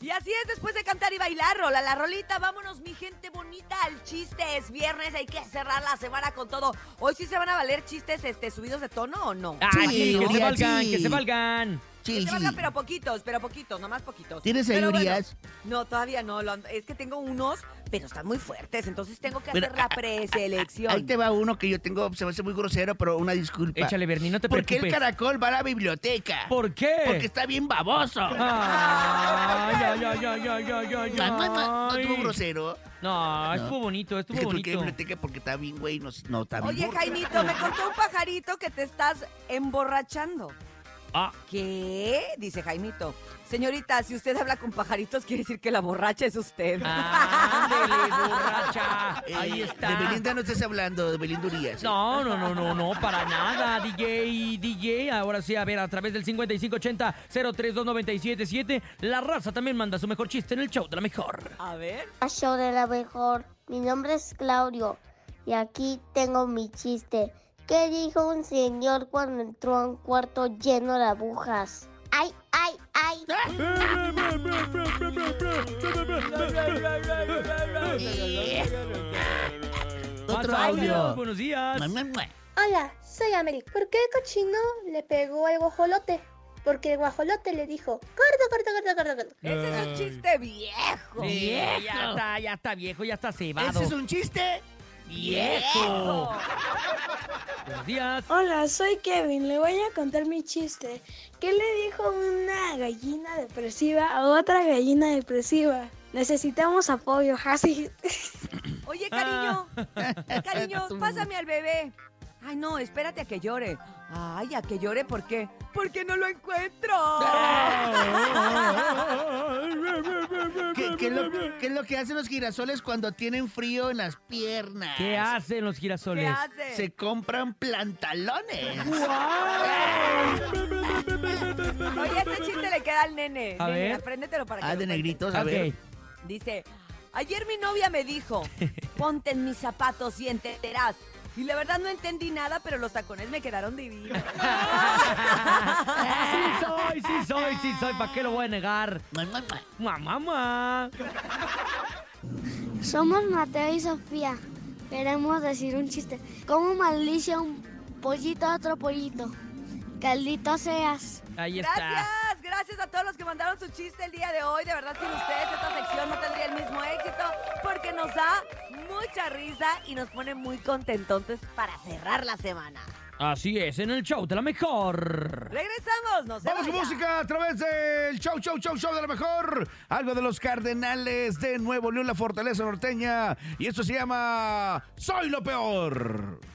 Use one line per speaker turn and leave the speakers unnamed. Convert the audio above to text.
Y así es, después de cantar y bailar, rola la rolita, vámonos mi gente bonita al chiste. Es viernes, hay que cerrar la semana con todo. Hoy sí se van a valer chistes este, subidos de tono o no.
Ah,
Sí,
sí,
¿no?
que se
Que
valgan,
sí.
que se valgan.
Sí,
se
sí.
valgan, pero poquitos, pero poquitos, nomás poquitos.
¿Tienes
Pero bueno,
señorías?
no, todavía no. lo ando- es que tengo unos, pero están muy fuertes, entonces tengo que
Bueno,
hacer la
a- a-
preselección.
Ahí te va uno que yo tengo, se me hace muy grosero, pero una disculpa.
Échale, Bernie, no te
¿Por qué el
preocupes.
caracol va a la biblioteca?
¿Por qué?
Porque está bien baboso.
Ay, ay, ay, ay, ay, ay, ay,
Ma- ma- ma- ¿No
ay.
estuvo grosero?
No,
No.
estuvo bonito,
Es
estuvo
que ¿por qué
bonito.
biblioteca? Porque está bien, güey, no, no está bien.
Oye, Jaimito, me contó un pajarito que te estás emborrachando.
Ah,
¿Qué? Dice Jaimito. Señorita, si usted habla con pajaritos, quiere decir que la borracha es usted.
Ah, ándele, borracha.
Eh,
Ahí está.
De Belinda no estás hablando, de Belinda Urias.
No, no, no, no, no, para nada, DJ, DJ. Ahora sí, a ver, a través del 5580-032977, la raza también manda su mejor chiste en el show de la mejor.
A ver.
A show de la mejor. Mi nombre es Claudio y aquí tengo mi chiste. ¿Qué dijo un señor cuando entró a un cuarto lleno de agujas? ¡Ay, ay, ay!
Eh, Otro
Más
audio.
Buenos días.
Ma- ma- ma.
Hola, soy Amelie. ¿Por qué el cochino le pegó al guajolote? Porque el guajolote le dijo, corto, corto, corto, corto, corto.
Ese es un chiste viejo.
Sí,
Viejo.
ya está, ya está viejo, ya está cebado.
¿Ese es un chiste?
viejo. Buenos días.
Hola, soy Kevin. Le voy a contar mi chiste. ¿Qué le dijo una gallina depresiva a otra gallina depresiva? Necesitamos apoyo, así.
Oye, cariño.
Ah.
eh, Cariño, pásame al bebé. Ay, no, espérate a que llore. Ay, a que llore, ¿por qué? Porque no lo encuentro.
¿Qué, qué es lo, qué es lo que hacen los girasoles cuando tienen frío en las piernas?
¿Qué hacen los girasoles?
¿Qué hace?
Se compran pantalones.
Oye, este chiste le queda al nene.
A
Nene,
ver.
Apréndetelo para que
Ah,
lo
de
cuente.
negritos, a ver.
Ok.
Dice, ayer mi novia me dijo, ponte en mis zapatos y entenderás. Y la verdad no entendí nada, pero los tacones me quedaron divinos.
Ah, Sí soy, sí soy, sí soy. ¿Para qué lo voy a negar?
Ma- ma- ma.
Mamá, mamá.
Somos Mateo y Sofía. Queremos decir un chiste. ¿Cómo maldice un pollito a otro pollito? Caldito seas.
Ahí está.
Gracias, gracias a todos los que mandaron su chiste el día de hoy. De verdad, sin ustedes esta sección no tendría el mismo éxito porque nos da mucha risa y nos pone muy contentontes para cerrar la semana.
Así es, en el show de la mejor.
Regresamos, nos
Vamos con música a través del show, show, show, show de la mejor. Algo de los Cardenales de Nuevo León, la Fortaleza Norteña. Y esto se llama Soy lo Peor.